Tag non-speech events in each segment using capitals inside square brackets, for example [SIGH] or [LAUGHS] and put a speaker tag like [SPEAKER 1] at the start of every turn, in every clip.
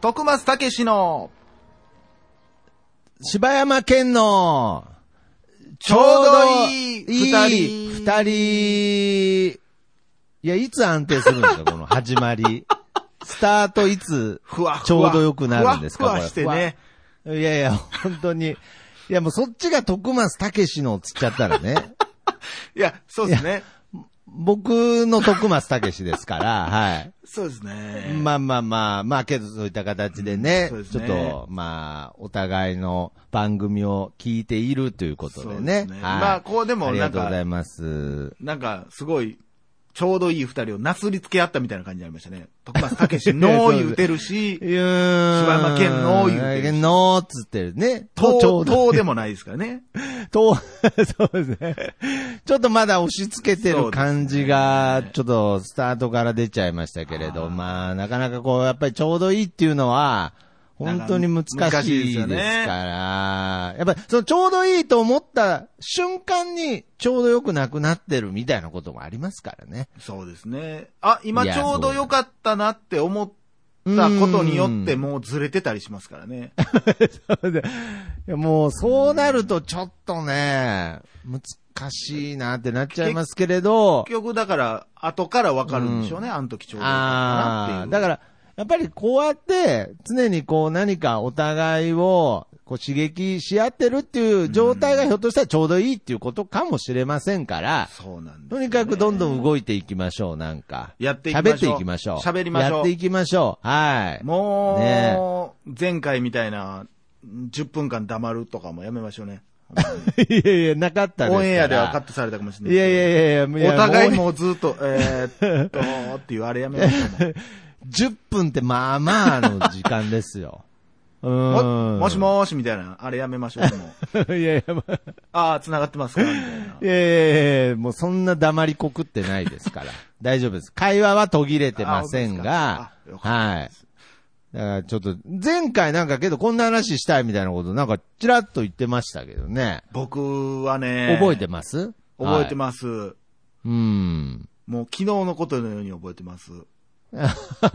[SPEAKER 1] 徳松たけしの、
[SPEAKER 2] 柴山県の、
[SPEAKER 1] ちょうどいい二
[SPEAKER 2] いい
[SPEAKER 1] 人。
[SPEAKER 2] 二人。いや、いつ安定する
[SPEAKER 1] [LAUGHS]
[SPEAKER 2] んですか、この始まり。スタートいつ、
[SPEAKER 1] ふわふわ。
[SPEAKER 2] ちょうどよくなるんですか、
[SPEAKER 1] ふわ
[SPEAKER 2] こ
[SPEAKER 1] ふ
[SPEAKER 2] れ
[SPEAKER 1] わしてね。
[SPEAKER 2] いやいや、本当に。いや、もうそっちが徳松たけしのつっちゃったらね。
[SPEAKER 1] いや、そうですね。
[SPEAKER 2] 僕の徳松たけしですから、はい。
[SPEAKER 1] そうですね。
[SPEAKER 2] まあまあまあ、まあけどそういった形でね、
[SPEAKER 1] うんそ
[SPEAKER 2] ち
[SPEAKER 1] う
[SPEAKER 2] ょ
[SPEAKER 1] で
[SPEAKER 2] っ
[SPEAKER 1] すね
[SPEAKER 2] と、まあ、お互いの番組を聞いているということで
[SPEAKER 1] そう
[SPEAKER 2] ね。
[SPEAKER 1] ですね
[SPEAKER 2] はい、
[SPEAKER 1] まあこうでも
[SPEAKER 2] あり
[SPEAKER 1] な
[SPEAKER 2] が
[SPEAKER 1] ん
[SPEAKER 2] と
[SPEAKER 1] か
[SPEAKER 2] うございます。
[SPEAKER 1] なんか、すごい、ちょうどいい二人をなすりつけ合ったみたいな感じになりました
[SPEAKER 2] [LAUGHS]
[SPEAKER 1] ね。徳松たけしの
[SPEAKER 2] そうです
[SPEAKER 1] 言うてるし、
[SPEAKER 2] うーん。
[SPEAKER 1] 柴山健の言うてる
[SPEAKER 2] うのーっつってるね。
[SPEAKER 1] と
[SPEAKER 2] ちょう
[SPEAKER 1] う、
[SPEAKER 2] ど
[SPEAKER 1] とうでもないですからね。
[SPEAKER 2] と、 [LAUGHS] そうですね。ちょっとまだ押し付けてる感じが、ちょっとスタートから出ちゃいましたけれど、まあ、なかなかこう、やっぱりちょうどいいっていうのは、本当に難しいですから、やっぱりそのちょうどいいと思った瞬間にちょうどよくなくなってるみたいなこともありますからね。
[SPEAKER 1] そうですね。あ、今
[SPEAKER 2] いや
[SPEAKER 1] ちょうどよかったなって思ったことによって
[SPEAKER 2] うん
[SPEAKER 1] もうずれてたりしますからね。
[SPEAKER 2] いやもうそうなるとちょっとね、難しいなってなっちゃいますけれど
[SPEAKER 1] 結、局だから、後からわかるんでしょうね。あの時ちょうどよかったな
[SPEAKER 2] あ
[SPEAKER 1] ってい
[SPEAKER 2] あ、
[SPEAKER 1] う。
[SPEAKER 2] だから、やっぱりこうやって、常にこう何かお互いを、こう刺激し合ってるっていう状態がひょっとしたらちょうどいいっていうことかもしれませんから、
[SPEAKER 1] そうなんです
[SPEAKER 2] と
[SPEAKER 1] よ
[SPEAKER 2] に
[SPEAKER 1] ね。
[SPEAKER 2] かくどんどん動いていきましょう、なんか。
[SPEAKER 1] やっていきましょう
[SPEAKER 2] 喋っていきましょう。
[SPEAKER 1] 喋りましょう
[SPEAKER 2] やっていきましょう。はい。
[SPEAKER 1] もう、前回みたいな、10分間黙るとかもやめましょう
[SPEAKER 2] [LAUGHS]
[SPEAKER 1] ね。
[SPEAKER 2] いやいや、なかったですから。
[SPEAKER 1] オンエアではカットされたかもしれない
[SPEAKER 2] いやいやいやいや、
[SPEAKER 1] お互い
[SPEAKER 2] もう
[SPEAKER 1] もうずっと、えー、っと、っていうあれやめましょう
[SPEAKER 2] 10分ってまあまあの時間です
[SPEAKER 1] [LAUGHS]
[SPEAKER 2] よ。う
[SPEAKER 1] もう。
[SPEAKER 2] ーん。
[SPEAKER 1] も
[SPEAKER 2] [LAUGHS]
[SPEAKER 1] もしもーしみたいな、あれやめましょう。もう
[SPEAKER 2] も。いやい
[SPEAKER 1] [LAUGHS]
[SPEAKER 2] や、まあ
[SPEAKER 1] ああ、繋がってますかみたいな。
[SPEAKER 2] いやいやいやもうそんな黙りこくってないですから。大丈夫です。会話は途切れてませんが
[SPEAKER 1] あそうです、かあ
[SPEAKER 2] はい。だからちょっと、前回なんかけどこんな話したいみたいなことなんかちらっと言ってましたけどね。
[SPEAKER 1] 僕はね、
[SPEAKER 2] 覚えてます
[SPEAKER 1] 覚えて
[SPEAKER 2] ま
[SPEAKER 1] ます。
[SPEAKER 2] す。はいうん。 [LAUGHS]
[SPEAKER 1] もう昨日のことのように覚えてます。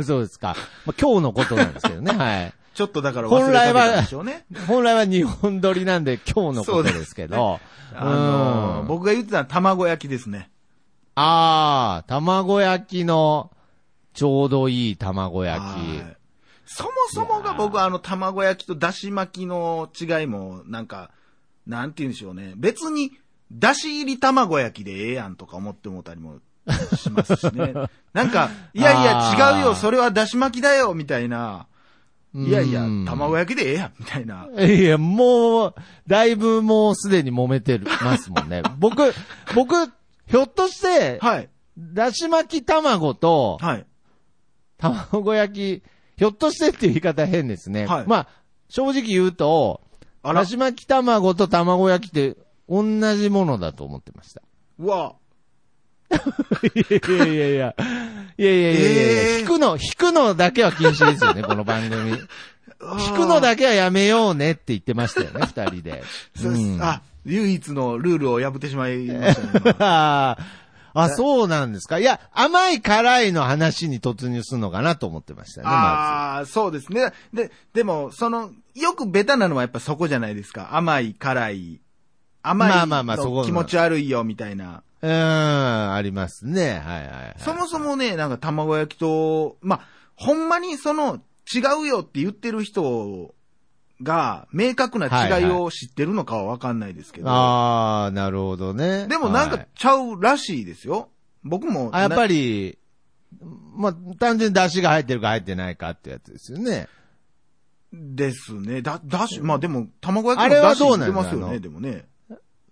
[SPEAKER 2] そうですか。まあ、今日のことなんですけどね、はい。
[SPEAKER 1] ちょっとだから忘れかけたんでしょうね。
[SPEAKER 2] 本来は日本撮りなんで今日のことですけど。
[SPEAKER 1] あのー
[SPEAKER 2] うん
[SPEAKER 1] 僕が言ってたのは卵焼きですね。
[SPEAKER 2] あー、卵焼きの、ちょうどいい卵焼き。
[SPEAKER 1] はいそもそもが僕はあの卵焼きとだし巻きの違いも、なんか、なんて言うんでしょうね。別に、だし入り卵焼きでええやんとか思ってもうたりもしますし
[SPEAKER 2] [LAUGHS]
[SPEAKER 1] ね。なんか、いやい
[SPEAKER 2] あ
[SPEAKER 1] や
[SPEAKER 2] ー
[SPEAKER 1] 違うよ、それはだし巻きだよ、みたいな。いやいや
[SPEAKER 2] うん、
[SPEAKER 1] 卵焼きでええやん、みたいな。
[SPEAKER 2] いや、もう、だいぶもうすでに揉めてるますもん
[SPEAKER 1] [LAUGHS]
[SPEAKER 2] ね。僕、僕、ひょっとして、
[SPEAKER 1] はい。
[SPEAKER 2] だし巻き卵と、
[SPEAKER 1] はい。
[SPEAKER 2] 卵焼き、ひょっとしてっていう言い方変ですね。
[SPEAKER 1] はい
[SPEAKER 2] まあ、正直言うと、
[SPEAKER 1] あら
[SPEAKER 2] だ、し巻き卵と卵焼きって、同じものだと思ってました。
[SPEAKER 1] うわ、
[SPEAKER 2] いやいやいや。いやいやいやいやいや、
[SPEAKER 1] えー
[SPEAKER 2] 引くの、引くのだけは禁止ですよね、この番組。引くのだけはやめようねって言ってましたよね、二人で。
[SPEAKER 1] そう
[SPEAKER 2] う
[SPEAKER 1] です
[SPEAKER 2] ん
[SPEAKER 1] あ、唯一のルールを破ってしまいましたね。今
[SPEAKER 2] あーあ、そうなんですか。いや、甘い辛いの話に突入するのかなと思ってましたね、ま
[SPEAKER 1] ああ、そうですね。で、でも、その、よくベタなのはやっぱそこじゃないですか。甘い、辛い。甘い
[SPEAKER 2] まあまあまあそこ
[SPEAKER 1] の
[SPEAKER 2] の
[SPEAKER 1] 気持ち悪いよ、みたいな。
[SPEAKER 2] ず。うーん、ありますね。はいはい、はい。
[SPEAKER 1] そもそもね、なんか卵焼きと、まあ、ほんまにその、違うよって言ってる人が、明確な違いを知ってるのかはわかんないですけど。
[SPEAKER 2] ああ、なるほどね。
[SPEAKER 1] でもなん
[SPEAKER 2] は
[SPEAKER 1] か
[SPEAKER 2] い
[SPEAKER 1] ちゃうらしいですよ。僕も。
[SPEAKER 2] あ、やっぱ
[SPEAKER 1] り。
[SPEAKER 2] り、まあ、単純に出汁が入ってるか入ってないかってやつですよね。
[SPEAKER 1] ですね。だ、だし、まあでも、卵焼き
[SPEAKER 2] あれ
[SPEAKER 1] も
[SPEAKER 2] は
[SPEAKER 1] だし
[SPEAKER 2] ど
[SPEAKER 1] 入
[SPEAKER 2] うな
[SPEAKER 1] れ
[SPEAKER 2] んだ
[SPEAKER 1] ますよ
[SPEAKER 2] あの
[SPEAKER 1] ね、でもね。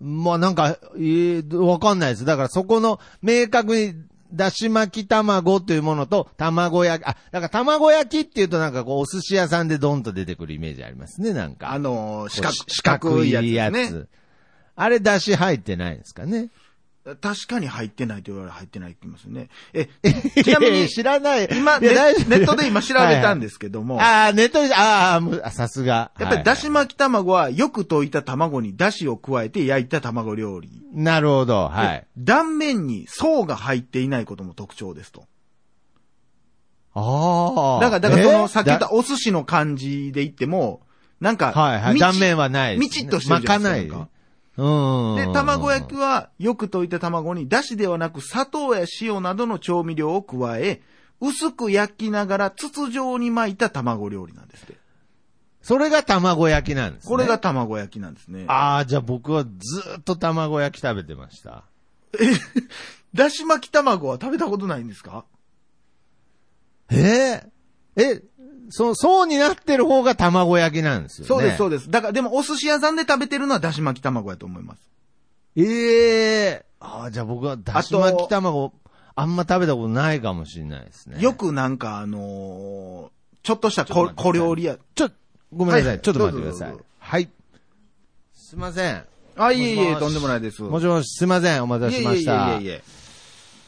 [SPEAKER 2] まあなんか、えーわかんないです。だからそこの、明確に、だし巻き卵というものと、卵焼き、あ、だから卵焼きっていうとなんかこう、お寿司屋さんでドンと出てくるイメージありますね、なんか。
[SPEAKER 1] あのー、四
[SPEAKER 2] こう
[SPEAKER 1] 角、
[SPEAKER 2] し
[SPEAKER 1] 四角いやつです
[SPEAKER 2] 四角
[SPEAKER 1] ね。
[SPEAKER 2] いやつあれ、出汁入ってないんですかね。
[SPEAKER 1] 確かに入ってないと言われ入ってないって言いますよね。え、 [LAUGHS] ちなみ
[SPEAKER 2] いやい
[SPEAKER 1] に
[SPEAKER 2] や、知らない。
[SPEAKER 1] 今、
[SPEAKER 2] いや
[SPEAKER 1] ネ
[SPEAKER 2] 大丈夫
[SPEAKER 1] ネットで今調べたんですすけども、
[SPEAKER 2] ああ、ネットで、あーもうあ、さすが。
[SPEAKER 1] やっぱりだ
[SPEAKER 2] はい
[SPEAKER 1] し巻き卵はよく溶いた卵にだしを加えて焼いた卵料理。
[SPEAKER 2] なるほど、はい
[SPEAKER 1] で。断面に層が入っていないことも特徴ですと。
[SPEAKER 2] ああ。
[SPEAKER 1] だから、だからその、さっき言っ
[SPEAKER 2] え
[SPEAKER 1] たお寿司の感じで言っても、なんか、
[SPEAKER 2] だはいはい。
[SPEAKER 1] みち
[SPEAKER 2] 断面はない。
[SPEAKER 1] みちっとしてる
[SPEAKER 2] 巻
[SPEAKER 1] じゃ
[SPEAKER 2] か
[SPEAKER 1] な
[SPEAKER 2] ないい。
[SPEAKER 1] ですかなんか
[SPEAKER 2] うん。
[SPEAKER 1] で、卵焼きは、よく溶いた卵に、だしではなく砂糖や塩などの調味料を加え、薄く焼きながら筒状に巻いた卵料理なんですって。
[SPEAKER 2] それが卵焼きなんです、ね。
[SPEAKER 1] これが。卵焼きなんですね。
[SPEAKER 2] ああ、じゃあ僕はずーっと卵焼き食べてました。
[SPEAKER 1] だし巻き卵は食べたことないんですか
[SPEAKER 2] えええ、そう、そうになってる方が卵焼きなんですよね。
[SPEAKER 1] そうです、そう
[SPEAKER 2] う
[SPEAKER 1] です。だから、でもお寿司屋さんで食べてるのはだし巻き卵やと思います。
[SPEAKER 2] です。ええああ、じゃあ僕はだし巻き卵、あんま食べたことないかもしれないですね。
[SPEAKER 1] よくなんか、あのーちょっとした
[SPEAKER 2] ちょっ
[SPEAKER 1] 小
[SPEAKER 2] と待って
[SPEAKER 1] 小料理屋。
[SPEAKER 2] ちょ、ごめんなさい。
[SPEAKER 1] はい
[SPEAKER 2] ちょっと待ってくださ
[SPEAKER 1] ど
[SPEAKER 2] い
[SPEAKER 1] ぞ
[SPEAKER 2] う
[SPEAKER 1] どうぞ。
[SPEAKER 2] はい。すいません。
[SPEAKER 1] あ、いえい
[SPEAKER 2] もし
[SPEAKER 1] え、
[SPEAKER 2] もし
[SPEAKER 1] とんでもないです。
[SPEAKER 2] もしもし、すいません。お待たせしまし
[SPEAKER 1] いえいえ
[SPEAKER 2] た。
[SPEAKER 1] いえいえいえ。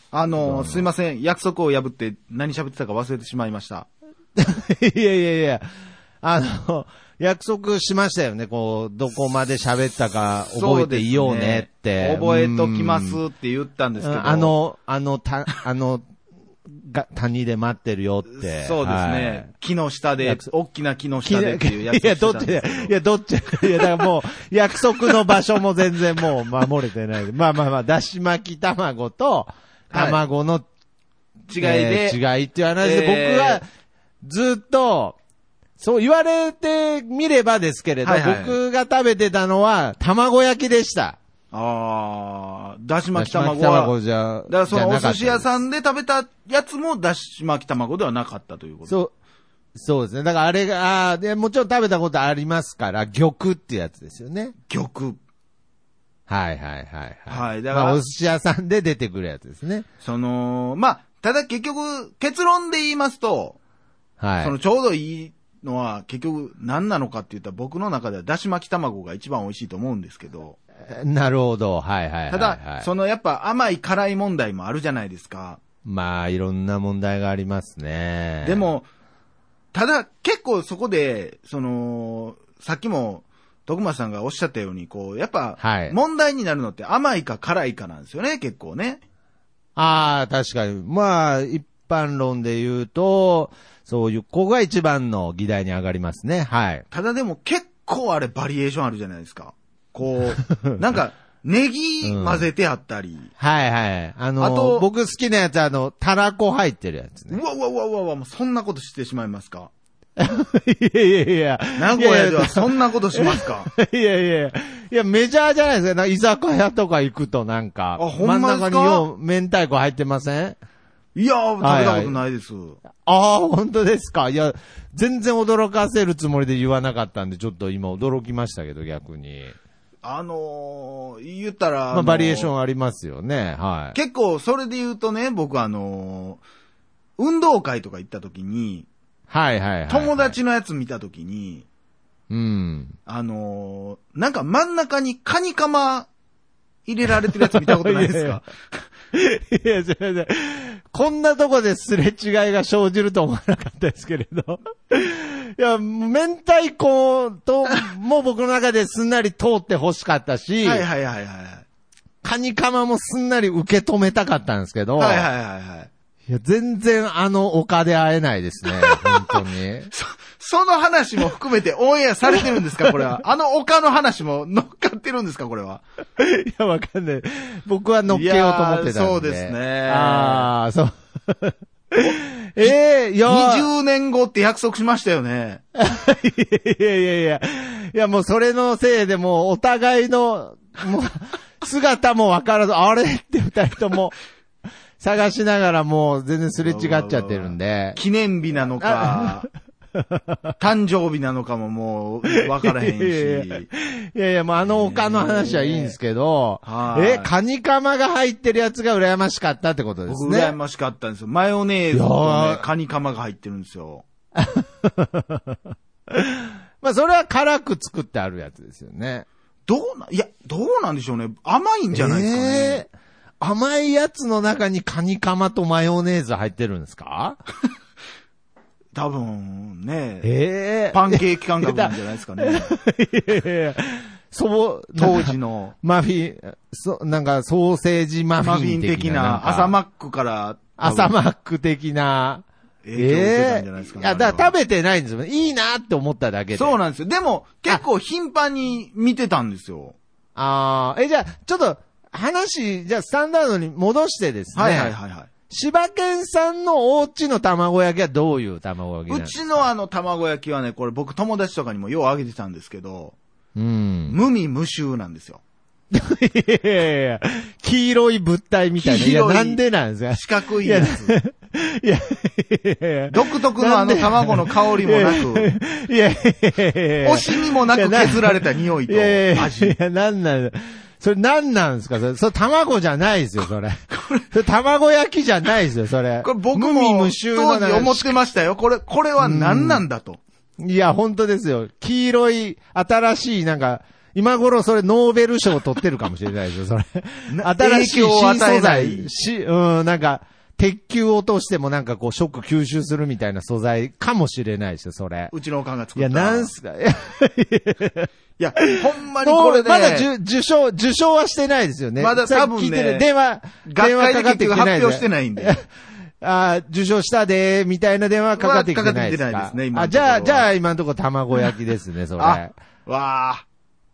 [SPEAKER 1] あの、すいません。約束を破って何喋ってたか忘れてしまいました。
[SPEAKER 2] [LAUGHS] いやいやいや、あの、約束しましたよね。こう、どこまで喋ったか覚えていようねって。
[SPEAKER 1] そうですね覚えときます
[SPEAKER 2] うん
[SPEAKER 1] って言ったんですけど。
[SPEAKER 2] あ、の、あの、た、 [LAUGHS] あの、が、谷で待ってるよって。
[SPEAKER 1] そうです
[SPEAKER 2] はい
[SPEAKER 1] ね。。木の下で
[SPEAKER 2] 約、束
[SPEAKER 1] 大きな木の
[SPEAKER 2] き
[SPEAKER 1] 下でっていう約
[SPEAKER 2] いや、
[SPEAKER 1] 束
[SPEAKER 2] ど
[SPEAKER 1] し
[SPEAKER 2] って
[SPEAKER 1] たん
[SPEAKER 2] ち
[SPEAKER 1] で
[SPEAKER 2] で
[SPEAKER 1] け
[SPEAKER 2] す
[SPEAKER 1] ど。
[SPEAKER 2] いや、どっち [LAUGHS] いや、だからもう、約束の場所も全然もう守れてない。まあまあまあ、だし巻き卵と、卵の
[SPEAKER 1] 違いで、
[SPEAKER 2] えー違いっていう話で、
[SPEAKER 1] えー
[SPEAKER 2] 僕はずっと、そう言われてみればですけれど、
[SPEAKER 1] はいはい
[SPEAKER 2] 僕が食べてたのは卵焼きでした。
[SPEAKER 1] あー、だし巻き
[SPEAKER 2] だ
[SPEAKER 1] 卵
[SPEAKER 2] し巻き卵
[SPEAKER 1] は、
[SPEAKER 2] じゃ、
[SPEAKER 1] だからそのお寿司屋
[SPEAKER 2] ん。
[SPEAKER 1] さんで食べたやつもだし巻き卵ではなかったということ。
[SPEAKER 2] そう、そうですね。だからあれが、あーで、もちろん食べたことありますから、玉ってやつですよね。
[SPEAKER 1] 玉。
[SPEAKER 2] はいはいはい、はい。
[SPEAKER 1] はいだから
[SPEAKER 2] まあ、お寿司屋さんで出てくるやつですね。
[SPEAKER 1] その、まあ、ただ結局、結論で言いますと、
[SPEAKER 2] はい。
[SPEAKER 1] そのちょうどいいのは結局何なのかって言ったら僕の中ではだし巻き卵が一番美味しいと思うんですけど、
[SPEAKER 2] なるほど。はいはいはい、はい。
[SPEAKER 1] ただ、そのやっぱ甘い辛い問題もあるじゃないですか。
[SPEAKER 2] まあ、いろんな問題がありますね。
[SPEAKER 1] で、も、ただ結構そこで、その、さっきも徳間さんがおっしゃったように、こう、やっぱ
[SPEAKER 2] はい、
[SPEAKER 1] 問題になるのって甘いか辛いかなんですよね、結構ね。
[SPEAKER 2] ああ、確かに。まあ、一般論で言うと、そういう子が一番の議題に上がりますね。はい。
[SPEAKER 1] ただでも結構あれバリエーションあるじゃないですか。こ
[SPEAKER 2] [LAUGHS]
[SPEAKER 1] う、なんか、ネギ混ぜてあったり、
[SPEAKER 2] はいはい。あの、
[SPEAKER 1] あと
[SPEAKER 2] 僕好きなやつ、あの、たらこ入ってるやつ
[SPEAKER 1] [LAUGHS] う
[SPEAKER 2] ね。
[SPEAKER 1] わうわうわうわうわ、もうそんなことしてしまいますか
[SPEAKER 2] いやいやいや。
[SPEAKER 1] 名古屋ではそんなことしますか
[SPEAKER 2] いやいやいや。いや、メジャーじゃないですか。なんか居酒屋とか行くとなんか、
[SPEAKER 1] あほんまですか
[SPEAKER 2] 真ん中によう明太子入ってません
[SPEAKER 1] いやー、食べたことないです。
[SPEAKER 2] ああ、本当ですか。いや、全然驚かせるつもりで言わなかったんで、ちょっと今驚きましたけど、逆に。
[SPEAKER 1] あのー、言ったら、
[SPEAKER 2] まあ、バリエーショ
[SPEAKER 1] ン。
[SPEAKER 2] ンありますよね。はい。
[SPEAKER 1] 結構、それで言うとね、僕あのー、運動会とか行った時に、
[SPEAKER 2] はいはいはい、はい。
[SPEAKER 1] 友。達のやつ見た時に、
[SPEAKER 2] うん。
[SPEAKER 1] あのー、なんか真ん中にカニカマ入れられてるやつ見たことないです
[SPEAKER 2] いやい
[SPEAKER 1] か
[SPEAKER 2] [LAUGHS] やいや、すいません。こんなとこですれ違いが生じると思わなかったですけれど。いや、明太子と、もう僕の中ですんなり通って欲しかったし、
[SPEAKER 1] はいはいはいはい。
[SPEAKER 2] カニカマもすんなり受け止めたかったんですけど、
[SPEAKER 1] はいはいはいはい。
[SPEAKER 2] いや、全然あの丘で会えないですね、本当 [LAUGHS] に。
[SPEAKER 1] そ、その話も含めてオンエアされてるんですかこれ
[SPEAKER 2] [LAUGHS]
[SPEAKER 1] は。あの丘の話も乗っかってるんですかこれは。
[SPEAKER 2] いや、わかんない。僕は乗っけようと思ってたんで。
[SPEAKER 1] いやーそうですね
[SPEAKER 2] ああ、そう。 [LAUGHS] ええいやー
[SPEAKER 1] 20年後って約束しましたよ
[SPEAKER 2] [LAUGHS]
[SPEAKER 1] ね。
[SPEAKER 2] いやいやいや。いや、もうそれのせいでもうお互いの、もう、姿もわからず、あれって二人とも、探しながらもう全然すれ違っちゃってるんで。
[SPEAKER 1] 記念日なのか、
[SPEAKER 2] [LAUGHS]
[SPEAKER 1] 誕生日なのかももう分からへ
[SPEAKER 2] [LAUGHS]
[SPEAKER 1] ん
[SPEAKER 2] いやいや
[SPEAKER 1] し。
[SPEAKER 2] いやいや、もうあの丘の話はいいんですけど、
[SPEAKER 1] えーはい
[SPEAKER 2] え、カニカマが入ってるやつが羨ましかったってことです
[SPEAKER 1] 僕
[SPEAKER 2] ね。
[SPEAKER 1] 羨ましかったんですよ。マヨネーズと
[SPEAKER 2] いや
[SPEAKER 1] ね
[SPEAKER 2] ー、
[SPEAKER 1] カニカマが入ってるんですよ。
[SPEAKER 2] まあそれは辛く作ってあるやつですよね。
[SPEAKER 1] どうな、いや、どうなんでしょうね。甘いんじゃないですかね。
[SPEAKER 2] えー甘いやつの中にカニカマとマヨネーズ入ってるんですか
[SPEAKER 1] 多分ね、
[SPEAKER 2] ええ
[SPEAKER 1] パンケーキ感覚なんじゃないですかね。
[SPEAKER 2] [LAUGHS] いやいやいやそう、
[SPEAKER 1] 当
[SPEAKER 2] なん
[SPEAKER 1] 時
[SPEAKER 2] か
[SPEAKER 1] の
[SPEAKER 2] マフィン、そ、なんかソーセージマフ
[SPEAKER 1] マフ
[SPEAKER 2] ィ
[SPEAKER 1] ィ
[SPEAKER 2] ン
[SPEAKER 1] ン
[SPEAKER 2] 的
[SPEAKER 1] 的
[SPEAKER 2] な。なん
[SPEAKER 1] な
[SPEAKER 2] か
[SPEAKER 1] 朝マックから。
[SPEAKER 2] 朝マック的な。
[SPEAKER 1] え影響を受けたんじゃないですか、
[SPEAKER 2] い
[SPEAKER 1] ね
[SPEAKER 2] や、だから食べてないんですよ。いいなって思っただけで。
[SPEAKER 1] そう
[SPEAKER 2] な
[SPEAKER 1] なんですよ。でも、結構頻繁に見てたんですよ。
[SPEAKER 2] ああ、え、じゃあ、ちょっと、話、じゃあ、スタンダードに戻してですね。
[SPEAKER 1] はいはいはいはい。
[SPEAKER 2] 柴犬さんのお家の卵焼きはどういう卵焼きな
[SPEAKER 1] う
[SPEAKER 2] の
[SPEAKER 1] ちのあの卵焼きはね、これ僕友達とかにもようあげてたんですけど、
[SPEAKER 2] うん。 [LAUGHS]
[SPEAKER 1] 無味無臭なんですよ。
[SPEAKER 2] いやいやいや、黄色い物体みたいな。
[SPEAKER 1] 黄
[SPEAKER 2] いや、
[SPEAKER 1] 色い
[SPEAKER 2] なんでなんですか
[SPEAKER 1] 四角いやつ。
[SPEAKER 2] いや、いやいやい
[SPEAKER 1] 独特のあの卵の香りもなく、
[SPEAKER 2] や、いやいやいやいや
[SPEAKER 1] 惜しみもなく削られた匂い
[SPEAKER 2] い
[SPEAKER 1] と
[SPEAKER 2] やいやい
[SPEAKER 1] 味。
[SPEAKER 2] や、なんなん、それなんなんですかそれ、それ卵じゃないですよ、それ。それ卵焼きじゃないですよ、それ。
[SPEAKER 1] これ僕
[SPEAKER 2] 無味
[SPEAKER 1] も
[SPEAKER 2] 無臭の
[SPEAKER 1] 当時思ってましたよ。これ、これは何なんだと。
[SPEAKER 2] いや、本当ですよ。黄色い、新しい、なんか、今頃それノーベル賞取ってるかもしれないですよ、それ。
[SPEAKER 1] な
[SPEAKER 2] 新しい
[SPEAKER 1] 影響を
[SPEAKER 2] 新
[SPEAKER 1] 与え
[SPEAKER 2] 素
[SPEAKER 1] ない
[SPEAKER 2] 材、し、うん、なんか、鉄球を落としてもなんかこう、ショック吸収するみたいな素材かもしれないですよ、それ。
[SPEAKER 1] うちのおかんが作
[SPEAKER 2] い
[SPEAKER 1] った。
[SPEAKER 2] や、なんすか。 [LAUGHS] いや
[SPEAKER 1] いや、ほんまにこれで。
[SPEAKER 2] まだ受受賞、受賞はしてないですよね。
[SPEAKER 1] まだ
[SPEAKER 2] さっき
[SPEAKER 1] 多分ね
[SPEAKER 2] 聞いてる電話、電
[SPEAKER 1] 学
[SPEAKER 2] 話
[SPEAKER 1] 会
[SPEAKER 2] か
[SPEAKER 1] で
[SPEAKER 2] かっ
[SPEAKER 1] 結
[SPEAKER 2] てき
[SPEAKER 1] 局
[SPEAKER 2] て
[SPEAKER 1] 発
[SPEAKER 2] ない
[SPEAKER 1] 表してないんで。
[SPEAKER 2] ああ、受賞したでー、みたいな電話かかってきてないですか。
[SPEAKER 1] かかってきてないですね今の
[SPEAKER 2] あ、
[SPEAKER 1] とこ
[SPEAKER 2] じ
[SPEAKER 1] ろ
[SPEAKER 2] ゃ
[SPEAKER 1] は
[SPEAKER 2] あ、じゃあ今のところ卵焼きですね、それ。
[SPEAKER 1] あ、わあ。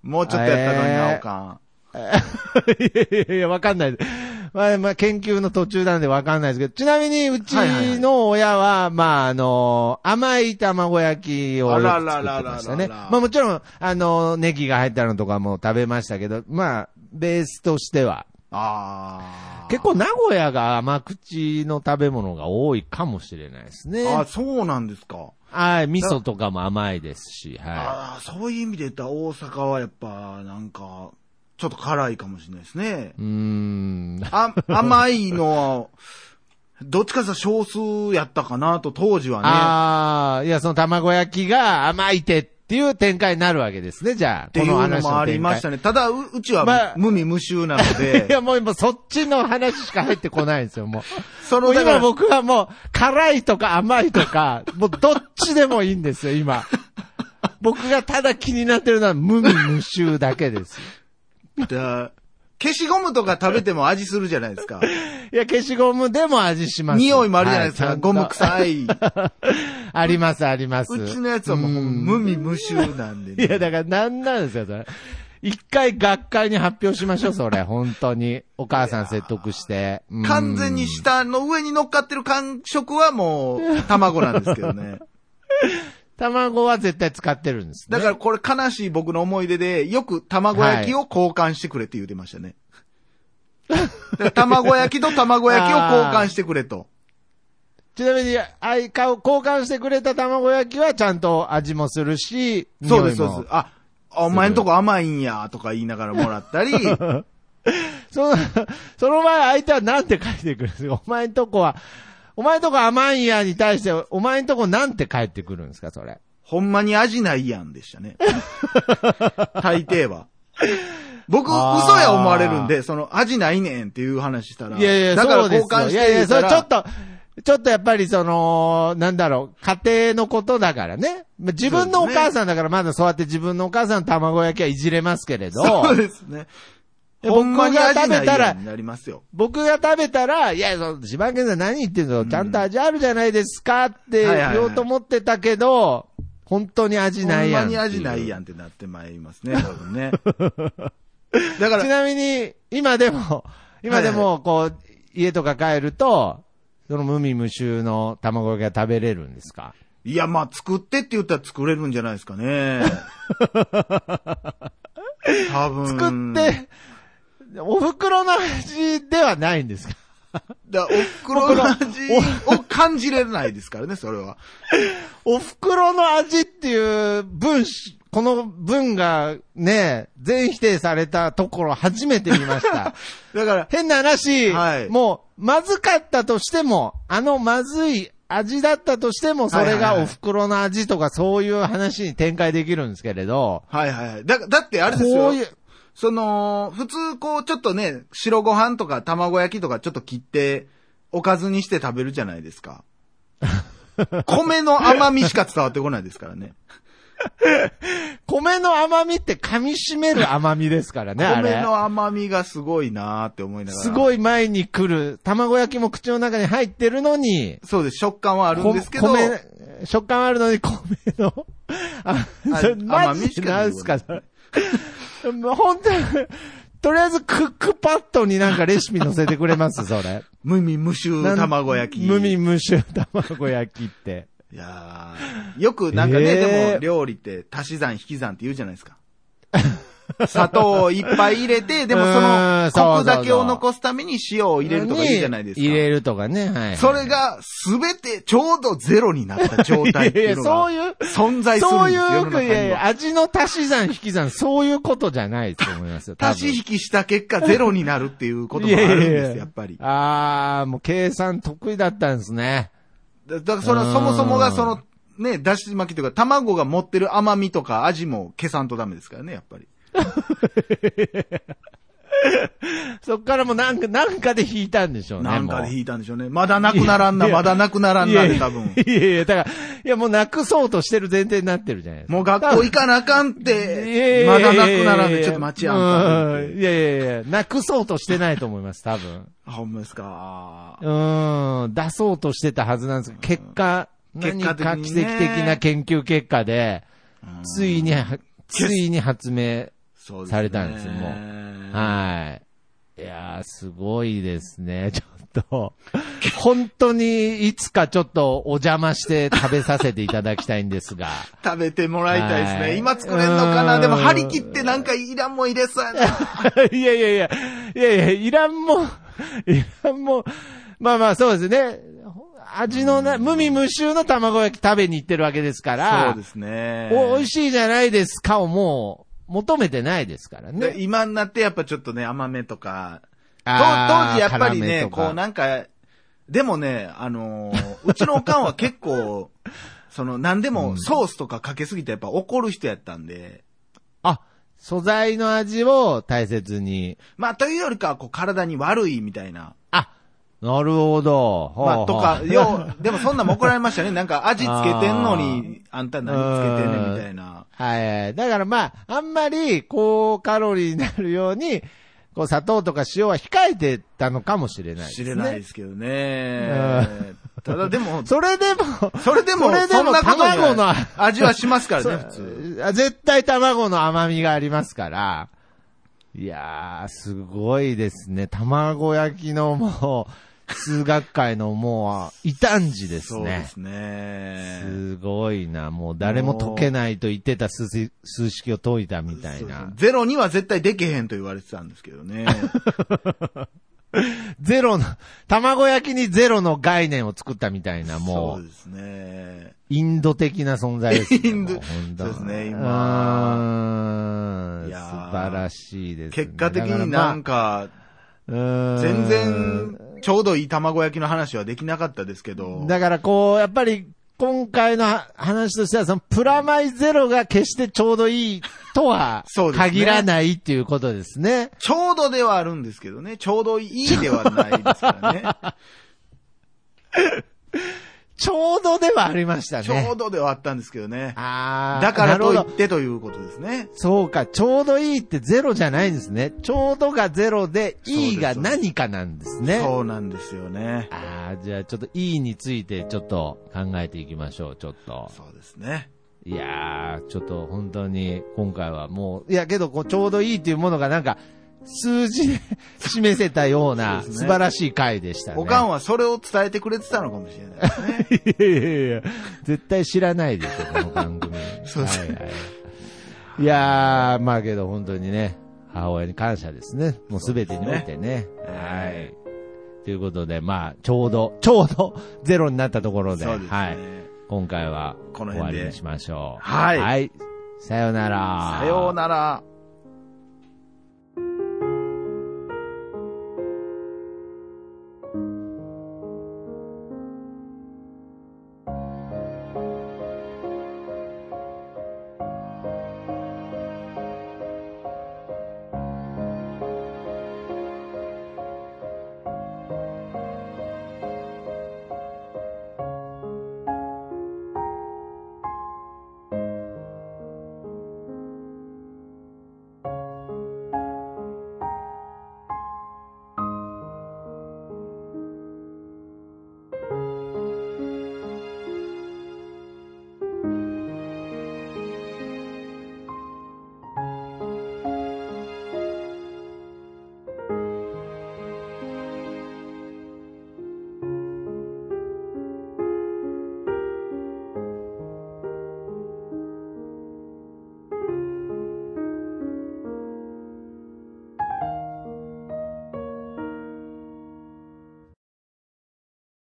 [SPEAKER 1] もうちょっとやったのに
[SPEAKER 2] え
[SPEAKER 1] な、
[SPEAKER 2] ー
[SPEAKER 1] おかん。
[SPEAKER 2] いやいやいや、わかんないです。まあ、まあ、研究の途中なんでわかんないですけど、ちなみに、うち
[SPEAKER 1] はいはいはい
[SPEAKER 2] の親は、まあ、あの、甘い卵焼きをよく作ってましたね。
[SPEAKER 1] あらららららら
[SPEAKER 2] まあ、もちろん、あの、ネギが入ったのとかも食べましたけど、まあ、ベースとしては。
[SPEAKER 1] ああ。
[SPEAKER 2] 結構名古屋が甘口の食べ物が多いかもしれないですね。
[SPEAKER 1] あそうなんですか。
[SPEAKER 2] はい、味噌とかも甘いですし、
[SPEAKER 1] あ
[SPEAKER 2] は
[SPEAKER 1] あ、そういう意味で言ったら大阪はやっぱ、なんか、ちょっと辛いかもしれないですね
[SPEAKER 2] い。。うーん。
[SPEAKER 1] あ、甘いのは、どっちかさ少数やったかなと、当時はね。
[SPEAKER 2] ああ、いや、その卵焼きが甘い手っていう展開になるわけですね、じゃあ。
[SPEAKER 1] っていう
[SPEAKER 2] こ
[SPEAKER 1] の
[SPEAKER 2] 話
[SPEAKER 1] もありましたね。ただ、ううちは
[SPEAKER 2] まあ
[SPEAKER 1] 無味無臭なの
[SPEAKER 2] 展開い
[SPEAKER 1] で、
[SPEAKER 2] や、もう今そっちの話しか入ってこないんですよ、もう。
[SPEAKER 1] そ [LAUGHS]
[SPEAKER 2] も
[SPEAKER 1] の、
[SPEAKER 2] う
[SPEAKER 1] だか
[SPEAKER 2] 今
[SPEAKER 1] ら
[SPEAKER 2] 僕はもう、辛いとか甘いとか、 [LAUGHS] もうどっちでもいいんですよ、今。僕がただ気になってるのは無味無臭だけです。
[SPEAKER 1] 消しゴムとか食べても味するじゃないですか。
[SPEAKER 2] いや、消しゴムでも味します。
[SPEAKER 1] 匂いもあるじゃないですか。
[SPEAKER 2] はちんと
[SPEAKER 1] ゴム臭い。
[SPEAKER 2] あります、あります。
[SPEAKER 1] うちのやつはもう無味無臭なんで、
[SPEAKER 2] いや、
[SPEAKER 1] ね。
[SPEAKER 2] だからなんなんですか、それ。一回学会に発表しましょう、それ。本当に。お母さん説得して。うん
[SPEAKER 1] 完全に下の上に乗っかってる感触はもう卵なんですけどね。
[SPEAKER 2] 卵は絶対使ってるんです、ね。
[SPEAKER 1] だからこれ悲しい僕の思い出で、よく卵焼きを交換してくれって言ってました
[SPEAKER 2] [LAUGHS]
[SPEAKER 1] ね。だから卵焼きと卵焼きを交換してくれ
[SPEAKER 2] [LAUGHS]
[SPEAKER 1] と。
[SPEAKER 2] ちなみに、あいかを交換してくれた卵焼きはちゃんと味もするし、
[SPEAKER 1] そうです、
[SPEAKER 2] 匂
[SPEAKER 1] そう
[SPEAKER 2] いも
[SPEAKER 1] です。あ、あお前んとこ甘いんや、とか言いながらもらったり、
[SPEAKER 2] [LAUGHS] その、 [LAUGHS] その前相手はなんて書いてくるんですかお前んとこは、お前んとこ甘いやに対して、お前んとこなんて返ってくるんですか、それ。
[SPEAKER 1] ほんまに味ないやんでした
[SPEAKER 2] [LAUGHS]
[SPEAKER 1] ね。大抵は。僕、
[SPEAKER 2] あー
[SPEAKER 1] 嘘や思われるんで、その、味ないねんっていう話したら。
[SPEAKER 2] いやいや、
[SPEAKER 1] だから
[SPEAKER 2] そうです
[SPEAKER 1] 交
[SPEAKER 2] よ
[SPEAKER 1] 換して
[SPEAKER 2] いやいや、そ
[SPEAKER 1] 言うた
[SPEAKER 2] れちょ
[SPEAKER 1] ら
[SPEAKER 2] っと、ちょっとやっぱりその、なんだろう、家庭のことだからね。まあ自分のお母さんだからまだそうやって自分のお母さんの卵焼きはいじれますけれど、
[SPEAKER 1] そうですね。
[SPEAKER 2] いや
[SPEAKER 1] ほんまに味ない
[SPEAKER 2] 僕が食べたら
[SPEAKER 1] やんになりますよ。
[SPEAKER 2] 僕が食べたら、いや、その、千葉県さん何言ってんの、ちゃんと味あるじゃないですかって
[SPEAKER 1] はいはいはい
[SPEAKER 2] 言おうと思ってたけど、本当に味ないやん。
[SPEAKER 1] ほんまに味ないやんってなってまいりますね、多分ね。
[SPEAKER 2] [LAUGHS]
[SPEAKER 1] だか
[SPEAKER 2] ち
[SPEAKER 1] ら、
[SPEAKER 2] なみに、今でも、今でも、こう、家とか帰ると、その無味無臭の卵焼きが食べれるんですか
[SPEAKER 1] いや、まあ、作ってって言ったら作れるんじゃないですかね。
[SPEAKER 2] [LAUGHS]
[SPEAKER 1] 多分。
[SPEAKER 2] 作って、お袋の味ではないんですか
[SPEAKER 1] だからお袋の味を感じれないですからね、それは。
[SPEAKER 2] お袋の味っていう文子、この文がね、全否定されたところ初めて見ました。
[SPEAKER 1] だから、
[SPEAKER 2] 変な話、
[SPEAKER 1] はい
[SPEAKER 2] もう、まずかったとしても、あのまずい味だったとしても、それ
[SPEAKER 1] はいはいは
[SPEAKER 2] が
[SPEAKER 1] い
[SPEAKER 2] お袋の味とかそういう話に展開できるんですけれど、
[SPEAKER 1] はいはいはい。だ、だってあれです
[SPEAKER 2] こ
[SPEAKER 1] よ
[SPEAKER 2] う。いう、
[SPEAKER 1] その、普通こう、ちょっとね、白ご飯とか卵焼きとかちょっと切って、おかずにして食
[SPEAKER 2] [LAUGHS]
[SPEAKER 1] べるじゃないですか。米の甘みしか伝わってこないですからね。
[SPEAKER 2] 米の甘みって噛み締める甘みですからね、あれ。
[SPEAKER 1] 米の甘みがすごいなーって思いながら。
[SPEAKER 2] すご
[SPEAKER 1] い。
[SPEAKER 2] い前に来る、卵焼きも口の中に入ってるのに、
[SPEAKER 1] そうです。食感はあるんですけど。
[SPEAKER 2] こ米、食感あるのに米の、 [LAUGHS] あ、
[SPEAKER 1] あ
[SPEAKER 2] それマ
[SPEAKER 1] 甘み
[SPEAKER 2] ジ
[SPEAKER 1] しか
[SPEAKER 2] なんすか、それ。 [LAUGHS] もう本当に、とりあえずクックパッドになんかレシピ載せてくれます、そ
[SPEAKER 1] [LAUGHS]
[SPEAKER 2] れ。
[SPEAKER 1] 無味無臭
[SPEAKER 2] なん
[SPEAKER 1] 卵焼き。
[SPEAKER 2] 無味無臭卵焼きって。
[SPEAKER 1] いやーよくなんかね、
[SPEAKER 2] えー
[SPEAKER 1] でも料理って足し算引き算って言うじゃないですか。砂糖をいっぱい入れ
[SPEAKER 2] [LAUGHS]
[SPEAKER 1] て、でもそう
[SPEAKER 2] ー
[SPEAKER 1] の
[SPEAKER 2] んそ
[SPEAKER 1] コ
[SPEAKER 2] う
[SPEAKER 1] ク
[SPEAKER 2] そうそう
[SPEAKER 1] だけを残すために塩を入れるとかいいじゃないですか。
[SPEAKER 2] に入れるとかね、はい、はい。
[SPEAKER 1] それがすべてちょうどゼロになった状態っていうのが
[SPEAKER 2] いやいや
[SPEAKER 1] 存在するん
[SPEAKER 2] そう
[SPEAKER 1] です
[SPEAKER 2] い
[SPEAKER 1] よ。世の
[SPEAKER 2] う、
[SPEAKER 1] 中
[SPEAKER 2] い
[SPEAKER 1] に
[SPEAKER 2] やいや
[SPEAKER 1] は
[SPEAKER 2] 味の足し算引き算、そういうことじゃないと思いますよ。多分
[SPEAKER 1] 足し引きした結果ゼロになるっていうこともあるん
[SPEAKER 2] い
[SPEAKER 1] で
[SPEAKER 2] い
[SPEAKER 1] す、
[SPEAKER 2] い
[SPEAKER 1] やっぱり。
[SPEAKER 2] ああ、もう計算得意だったんですね。
[SPEAKER 1] だだからそのそもそも
[SPEAKER 2] う
[SPEAKER 1] が
[SPEAKER 2] ん
[SPEAKER 1] その、ね、だし巻きというか、卵が持ってる甘みとか味も消さんとダメですからね、やっぱり。
[SPEAKER 2] そっからもうなんか、なんかで引いたんでしょうね。
[SPEAKER 1] なんかで
[SPEAKER 2] い
[SPEAKER 1] 引いたんでしょうね。まだなくならんな、
[SPEAKER 2] いや
[SPEAKER 1] まだなくならん
[SPEAKER 2] い
[SPEAKER 1] な
[SPEAKER 2] や
[SPEAKER 1] で
[SPEAKER 2] い
[SPEAKER 1] 多
[SPEAKER 2] や
[SPEAKER 1] 分。
[SPEAKER 2] いやいや、だから、いやもうなくそうとしてる前提になってるじゃないですか。
[SPEAKER 1] もう学校行かなあかんっ
[SPEAKER 2] いや
[SPEAKER 1] て
[SPEAKER 2] い、や
[SPEAKER 1] ま
[SPEAKER 2] い
[SPEAKER 1] だ
[SPEAKER 2] やい
[SPEAKER 1] な
[SPEAKER 2] や
[SPEAKER 1] くならんで、ちょっと待ちやんか。
[SPEAKER 2] うんいやいやいや、なくそうとしてないと思います、多分。
[SPEAKER 1] あ、ほんまですか。
[SPEAKER 2] うん、出そうとしてたはずなんですけど、結果、
[SPEAKER 1] 結
[SPEAKER 2] 何
[SPEAKER 1] 果的にね
[SPEAKER 2] か奇跡的な研究結果で、ついに、ついに発明。
[SPEAKER 1] そうですね
[SPEAKER 2] されたんですよもうはい。いやー、すごいですね。 [LAUGHS] ちょっと、本当にいつかちょっとお邪魔して食べさせていただきたいんですが。
[SPEAKER 1] 食べてもらいたいです
[SPEAKER 2] は
[SPEAKER 1] ね。
[SPEAKER 2] い
[SPEAKER 1] 今作れんのかな
[SPEAKER 2] うん
[SPEAKER 1] でも張り切ってなんかいらんもん入れ
[SPEAKER 2] [LAUGHS]
[SPEAKER 1] そうやな。
[SPEAKER 2] [LAUGHS] いやいやいや、いやいや、いらんもん、いらんもん、まあまあそうですね。味のな、無味無臭の卵焼き食べに行ってるわけですから、
[SPEAKER 1] そうですね。
[SPEAKER 2] お美味しいじゃないですかをもう、求めてないですから
[SPEAKER 1] で
[SPEAKER 2] ね。
[SPEAKER 1] 今になってやっぱちょっとね、甘めとか。と当
[SPEAKER 2] あー
[SPEAKER 1] 時やっぱり
[SPEAKER 2] 辛め
[SPEAKER 1] ね
[SPEAKER 2] と、か
[SPEAKER 1] こうなんか、でもね、あのー、うちのおかんは結構、その、何でもソースとかかけすぎてやっぱ怒る人やったんで、
[SPEAKER 2] あ、素材の味を大切に。
[SPEAKER 1] まあというよりかはこう体に悪いみたいな。
[SPEAKER 2] あ、なるほど。ほう
[SPEAKER 1] まあと
[SPEAKER 2] [LAUGHS]
[SPEAKER 1] か、
[SPEAKER 2] ほう
[SPEAKER 1] よう、でもそんなんも怒られましたね。なんか味つけてんのに、あんた何つけてんねんみたいな。
[SPEAKER 2] はいはい。だからまあ、あんまり高カロリーになるように、こう砂糖とか塩は控えてたのかもしれないです
[SPEAKER 1] 知
[SPEAKER 2] ね。
[SPEAKER 1] れないですけどね
[SPEAKER 2] う。
[SPEAKER 1] ただでも、
[SPEAKER 2] それでも、
[SPEAKER 1] それでも、
[SPEAKER 2] それで
[SPEAKER 1] そ
[SPEAKER 2] も
[SPEAKER 1] んなことに
[SPEAKER 2] 卵の
[SPEAKER 1] は味はしますからね、普通。
[SPEAKER 2] そうあ絶対卵の甘みがありますから。いやー、すごいですね。卵焼きのもう、数学会のもう、異端児です
[SPEAKER 1] そうで
[SPEAKER 2] ね。
[SPEAKER 1] すね。
[SPEAKER 2] すごいな。もう誰も解けないと言ってた数字数式を解いたみたい
[SPEAKER 1] そう
[SPEAKER 2] な。
[SPEAKER 1] ゼロには絶対でけへんと言われてたんですけど
[SPEAKER 2] [LAUGHS]
[SPEAKER 1] ね。
[SPEAKER 2] ゼロの、卵焼きにゼロの概念を作ったみたいな、も
[SPEAKER 1] そう
[SPEAKER 2] う、
[SPEAKER 1] ですね。
[SPEAKER 2] インド的な存在ですね。
[SPEAKER 1] [LAUGHS] インド
[SPEAKER 2] もう本当
[SPEAKER 1] そうですね今
[SPEAKER 2] うーん
[SPEAKER 1] いやー
[SPEAKER 2] 素晴らしいですね。
[SPEAKER 1] 結果的になんか、
[SPEAKER 2] か、うーん
[SPEAKER 1] 全然、ちょうどいい卵焼きの話はできなかったですけど。
[SPEAKER 2] だからこう、やっぱり、今回のは話としては、そのプラマイゼロが決してちょうどいいとは
[SPEAKER 1] [LAUGHS] そうですね
[SPEAKER 2] 限らないっていうことですね。
[SPEAKER 1] ちょうどではあるんですけどね。ちょうどいいではないですから
[SPEAKER 2] [LAUGHS]
[SPEAKER 1] ね。
[SPEAKER 2] ちょうどではありましたね。
[SPEAKER 1] ちょうどではあったんですけどね。
[SPEAKER 2] あー
[SPEAKER 1] だからとい
[SPEAKER 2] なる
[SPEAKER 1] っ
[SPEAKER 2] ほど
[SPEAKER 1] てということですね。
[SPEAKER 2] そうか、ちょうどいいってゼロじゃないんですね。ちょうどがゼロで、
[SPEAKER 1] うです
[SPEAKER 2] いいが何かなんですね。
[SPEAKER 1] そうなんですよね。
[SPEAKER 2] ああ、じゃあちょっといいについてちょっと考えていきましょう、ちょっと。
[SPEAKER 1] そうですね。
[SPEAKER 2] いやー、ちょっと本当に今回はもう、いやけどこうちょうどいいっていうものがなんか、数字で [LAUGHS] 示せたような
[SPEAKER 1] そうですね
[SPEAKER 2] 素晴らしい回でしたね。
[SPEAKER 1] おかん
[SPEAKER 2] は。
[SPEAKER 1] はそれを伝えてくれてたのかもしれないですね。
[SPEAKER 2] いやいやいや、絶対知らないでしょ、この番組。
[SPEAKER 1] そうですね
[SPEAKER 2] はいはいいやー、まあけど本当にね、母親に感謝ですね。もうすべてにおいてね。はい。ということで、まあ、ちょうど、ちょうどゼロになったところで、
[SPEAKER 1] そうですね。
[SPEAKER 2] はい。今回は
[SPEAKER 1] この
[SPEAKER 2] 終わ
[SPEAKER 1] 辺で
[SPEAKER 2] りにしましょう。
[SPEAKER 1] はい
[SPEAKER 2] はい。さようなら。
[SPEAKER 1] さようなら。